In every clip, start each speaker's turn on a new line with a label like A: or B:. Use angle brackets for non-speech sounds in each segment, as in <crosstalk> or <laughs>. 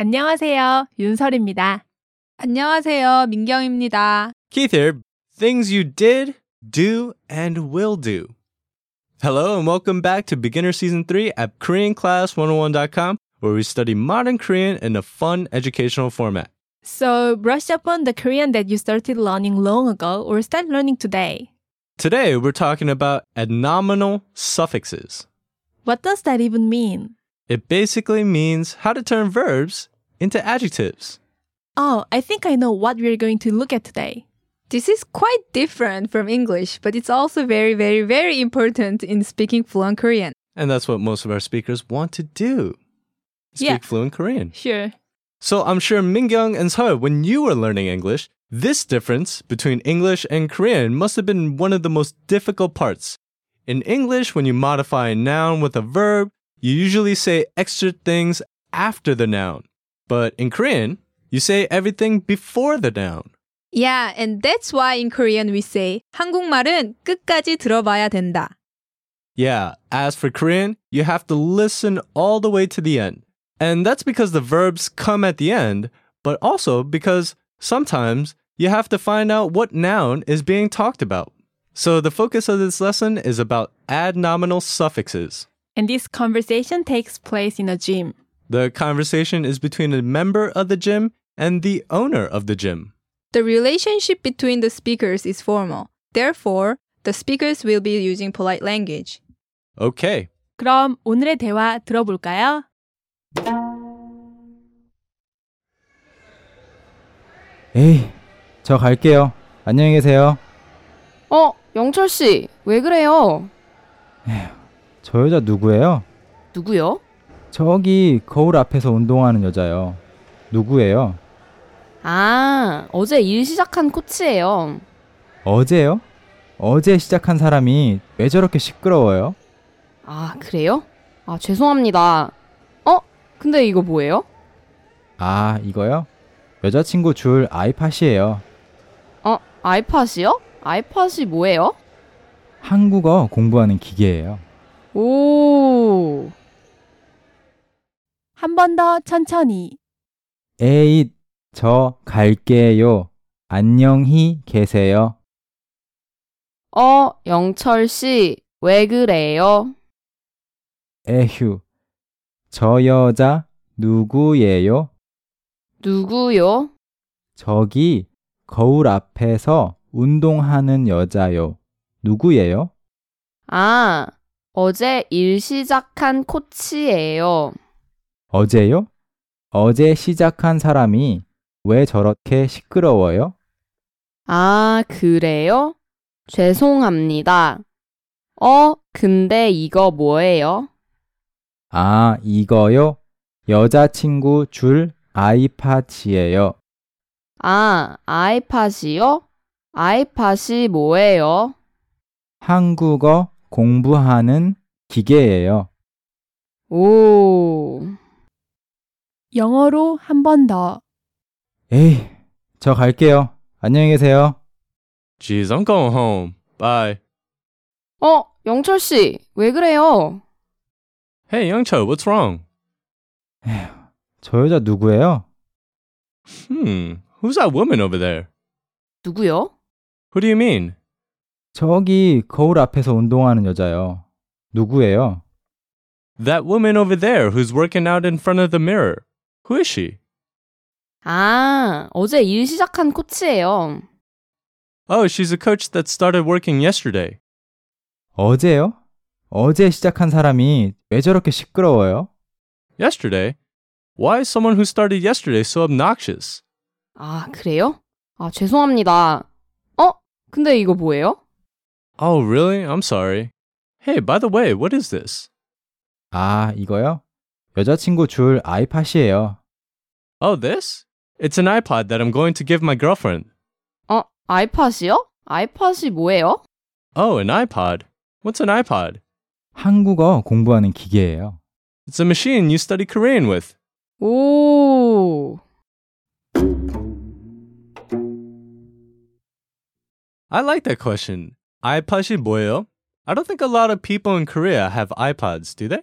A: 안녕하세요. 윤설입니다.
B: 안녕하세요. 민경입니다.
C: Keith here. Things you did, do, and will do. Hello, and welcome back to Beginner Season 3 at KoreanClass101.com, where we study modern Korean in a fun educational format.
A: So, brush up on the Korean that you started learning long ago or start learning today.
C: Today, we're talking about adnominal suffixes.
A: What does that even mean?
C: It basically means how to turn verbs into adjectives.
A: Oh, I think I know what we're going to look at today.
B: This is quite different from English, but it's also very, very, very important in speaking fluent Korean.
C: And that's what most of our speakers want to do speak
A: Yeah.
C: fluent Korean.
A: Sure.
C: So I'm sure Mingyung and Seo, when you were learning English, this difference between English and Korean must have been one of the most difficult parts. In English, when you modify a noun with a verb, you usually say extra things after the noun. But in Korean, you say everything before the noun.
B: Yeah, and that's why in Korean we say 한국말은 끝까지 들어봐야 된다.
C: Yeah, as for Korean, you have to listen all the way to the end. And that's because the verbs come at the end, but also because sometimes you have to find out what noun is being talked about. So the focus of this lesson is about adnominal suffixes.
A: And this conversation takes place in a gym.
C: The conversation is between a member of the gym and the owner of the gym.
B: The relationship between the speakers is formal. Therefore, the speakers will be using polite language.
C: Okay,
A: 그럼 오늘의 대화 들어볼까요?
D: 에이, 저 갈게요. 안녕히 계세요.
E: 어, 영철 씨, 왜 그래요?
D: 저 여자 누구예요?
E: 누구요?
D: 저기 거울 앞에서 운동하는 여자요. 누구예요?
E: 아, 어제 일 시작한 코치예요.
D: 어제요? 어제 시작한 사람이 왜 저렇게 시끄러워요?
E: 아, 그래요? 아, 죄송합니다. 어, 근데 이거 뭐예요?
D: 아, 이거요? 여자친구 줄 아이팟이에요.
E: 어, 아이팟이요? 아이팟이 뭐예요?
D: 한국어 공부하는 기계예요.
E: 오,
A: 한 번 더 천천히.
D: 에이, 저 갈게요. 안녕히 계세요.
E: 어, 영철 씨, 왜 그래요?
D: 에휴, 저 여자 누구예요?
E: 누구요?
D: 저기 거울 앞에서 운동하는 여자요. 누구예요?
E: 아, 어제 일 시작한 코치예요.
D: 어제요? 어제 시작한 사람이 왜 저렇게 시끄러워요?
E: 아, 그래요? 죄송합니다. 어, 근데 이거 뭐예요?
D: 아, 이거요? 여자친구 줄 아이팟이에요.
E: 아, 아이팟이요? 아이팟이 뭐예요?
D: 한국어 공부하는 기계예요.
E: 오,
A: 영어로 한 번 더.
D: 에이, 저 갈게요. 안녕히 계세요.
C: geez, I'm going home. Bye.
E: 어, 영철 씨, 왜 그래요?
C: Hey, Youngcho, what's wrong?
D: 저 여자 누구예요?
C: Hmm, who's that woman over there?
E: 누구요?
C: Who do you mean?
D: 저기 거울 앞에서 운동하는 여자요. 누구예요?
C: That woman over there who's working out in front of the mirror. Who is she?
E: 아, 어제 일 시작한 코치예요.
C: Oh, she's a coach that started working yesterday.
D: 어제요? 어제 시작한 사람이 왜 저렇게 시끄러워요?
C: Yesterday? Why is someone who started yesterday so obnoxious?
E: 아, 그래요? 아, 죄송합니다. 어, 근데 이거 뭐예요?
C: Oh, really? I'm sorry. Hey, by the way, what is this?
D: 아, 이거요? 여자친구 줄 아이팟이에요.
C: Oh, this? It's an iPod that I'm going to give my girlfriend.
E: 어, 아이팟이요? 아이팟이 뭐예요?
C: Oh, an iPod? What's an iPod?
D: 한국어 공부하는 기계예요.
C: It's a machine you study Korean with.
E: 오,
C: I like that question. iPod이 뭐예요? I don't think a lot of people in Korea have iPods, do they?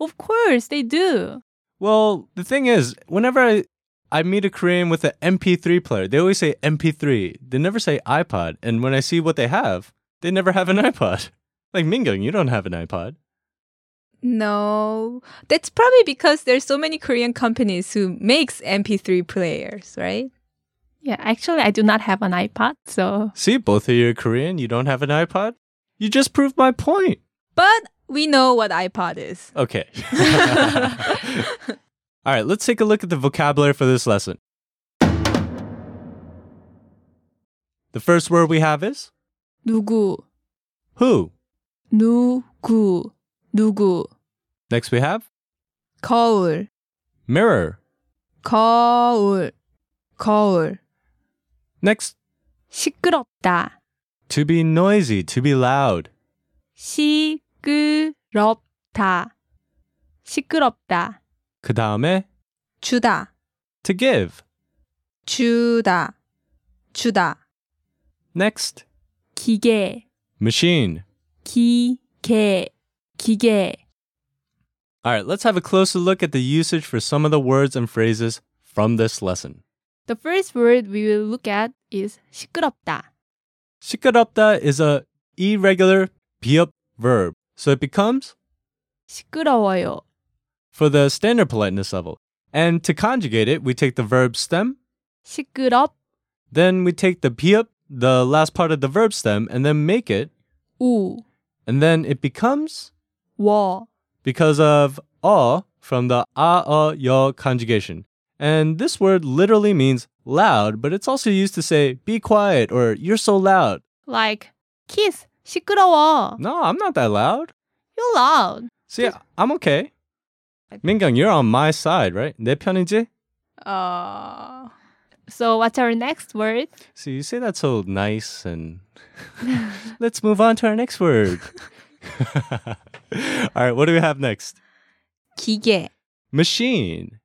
A: Of course, they do.
C: Well, the thing is, whenever I, I meet a Korean with an MP3 player, they always say MP3. They never say iPod. And when I see what they have, they never have an <laughs> iPod. Like Mingyung, you don't have an iPod.
B: No, that's probably because there's so many Korean companies who makes MP3 players, right?
A: Yeah, actually, I do not have an iPod, so
C: See, both of you are Korean. You don't have an iPod. You just proved my point.
B: But we know what iPod is.
C: Okay. <laughs> All right, let's take a look at the vocabulary for this lesson. The first word we have is
A: 누구,
C: who.
A: 누구, 누구,
C: Next we have
B: 거울,
C: mirror.
B: 거울, 거울.
C: Next,
A: 시끄럽다,
C: to be noisy, to be loud.
A: 시끄럽다, 시끄럽다,
C: 그 다음에
B: 주다,
C: to give.
B: 주다, 주다.
C: Next,
A: 기계,
C: machine.
A: 기계, 기계,
C: All right, let's have a closer look at the usage for some of the words and phrases from this lesson.
A: The first word we will look at is 시끄럽다.
C: 시끄럽다 is a irregular 비읍 verb, so it becomes
A: 시끄러워요.
C: for the standard politeness level. And to conjugate it, we take the verb stem,
A: 시끄럽
C: then we take the 비읍, the last part of the verb stem, and then make it,
A: 우
C: and then it becomes
A: 워
C: because of a from the a a yo conjugation. And this word literally means loud, but it's also used to say be quiet or you're so loud.
A: like kiss 시끄러워.
C: No, I'm not that loud.
A: You're loud.
C: See, I'm okay. Mingang, you're on my side, right? 내 편이지?
B: 어,
A: So what's our next word?
C: So you say that so nice and let's move on to our next word. <laughs> All right, what do we have next?
B: 기계.
C: Machine.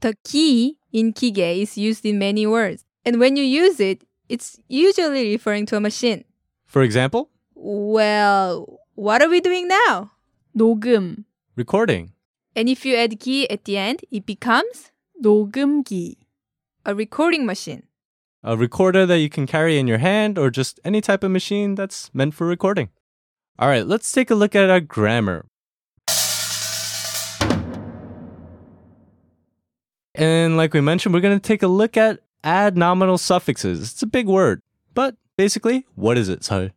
B: The key in 기계 is used in many words, and when you use it, it's usually referring to a machine.
C: For example,
B: Well, what are we doing now?
A: 녹음
C: recording.
B: And if you add 기 at the end, it becomes
A: 녹음기
B: a recording machine.
C: A recorder that you can carry in your hand or just any type of machine that's meant for recording. All right, let's take a look at our grammar. And like we mentioned, we're going to take a look at adnominal suffixes. It's a big word, but basically, what is it, So?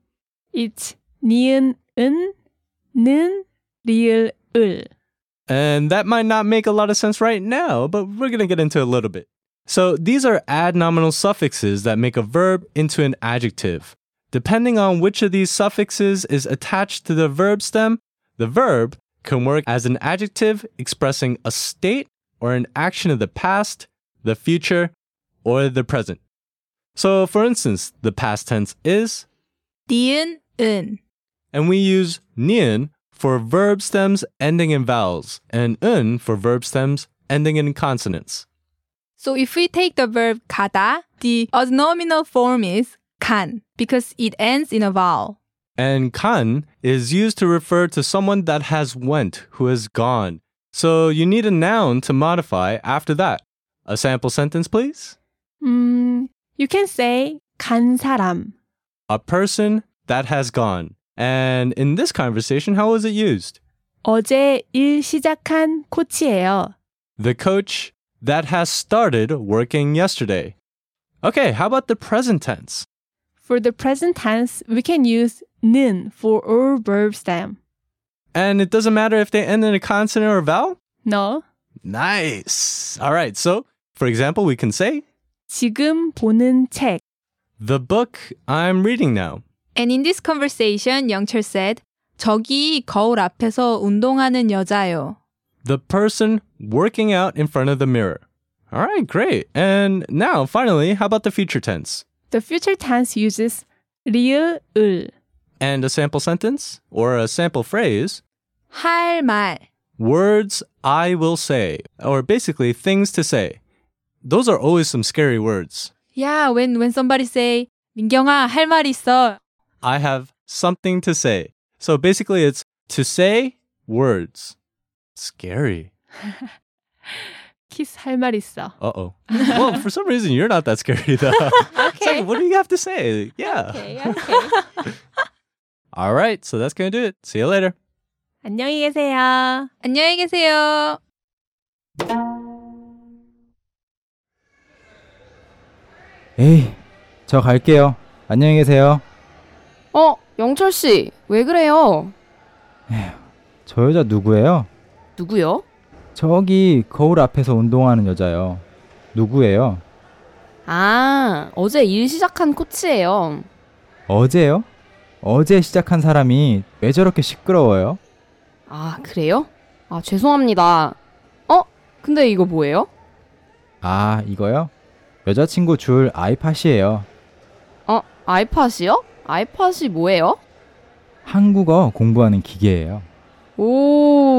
A: it's 니은 은는 리을 을
C: And that might not make a lot of sense right now, but we're going to get into it a little bit. So these are adnominal suffixes that make a verb into an adjective. Depending on which of these suffixes is attached to the verb stem, the verb can work as an adjective expressing a state or an action of the past, the future, or the present. So, for instance, the past tense is
B: 니은, 은.
C: and we use nian for verb stems ending in vowels and un for verb stems ending in consonants.
B: So if we take the verb 가다, the adnominal form is 간 because it ends in a vowel.
C: And kan is used to refer to someone that has went, who has gone. So you need a noun to modify after that. A sample sentence, please.
A: 음 you can say 간 사람
C: A person that has gone. And in this conversation, how was it used?
A: 어제 일 시작한 코치예요.
C: The coach that has started working yesterday. Okay, how about the present tense?
A: For the present tense, we can use 는 for all verb stem.
C: And it doesn't matter if they end in a consonant or a vowel?
A: No.
C: Nice. All right. So, for example, we can say,
A: 지금 보는 책.
C: the book I'm reading now.
B: And in this conversation, Youngchul said, 저기 거울 앞에서 운동하는 여자요.
C: The person working out in front of the mirror. All right, great. And now, finally, how about the future tense?
A: The future tense uses 리을 을.
C: And a sample sentence or a sample phrase
B: 할 말,
C: words I will say, or basically things to say. Those are always some scary words.
B: Yeah, when when somebody say 민경아 할 말 있어.
C: I have something to say. So basically, it's to say words. Scary.
A: 키스 할 말 있어.
C: Uh oh. well, for some reason, you're not that scary though. <laughs> It's like, what do you have to say? Yeah.
A: 오케이, 오케이.
C: <laughs> All right. So that's going to do it. See you later.
A: 안녕히 계세요.
B: 안녕히 계세요.
D: 에이, 저 갈게요. 안녕히 계세요.
E: 어, 영철 씨, 왜 그래요?
D: 저 여자 누구예요?
E: 누구요?
D: 저기 거울 앞에서 운동하는 여자요. 누구예요?
E: 아, 어제 일 시작한 코치예요.
D: 어제요? 어제 시작한 사람이 왜 저렇게 시끄러워요?
E: 아, 그래요? 아, 죄송합니다. 어? 근데 이거 뭐예요?
D: 아, 이거요? 여자친구 줄 아이팟이에요.
E: 어, 아이팟이요? 아이팟이 뭐예요?
D: 한국어 공부하는 기계예요.
E: 오,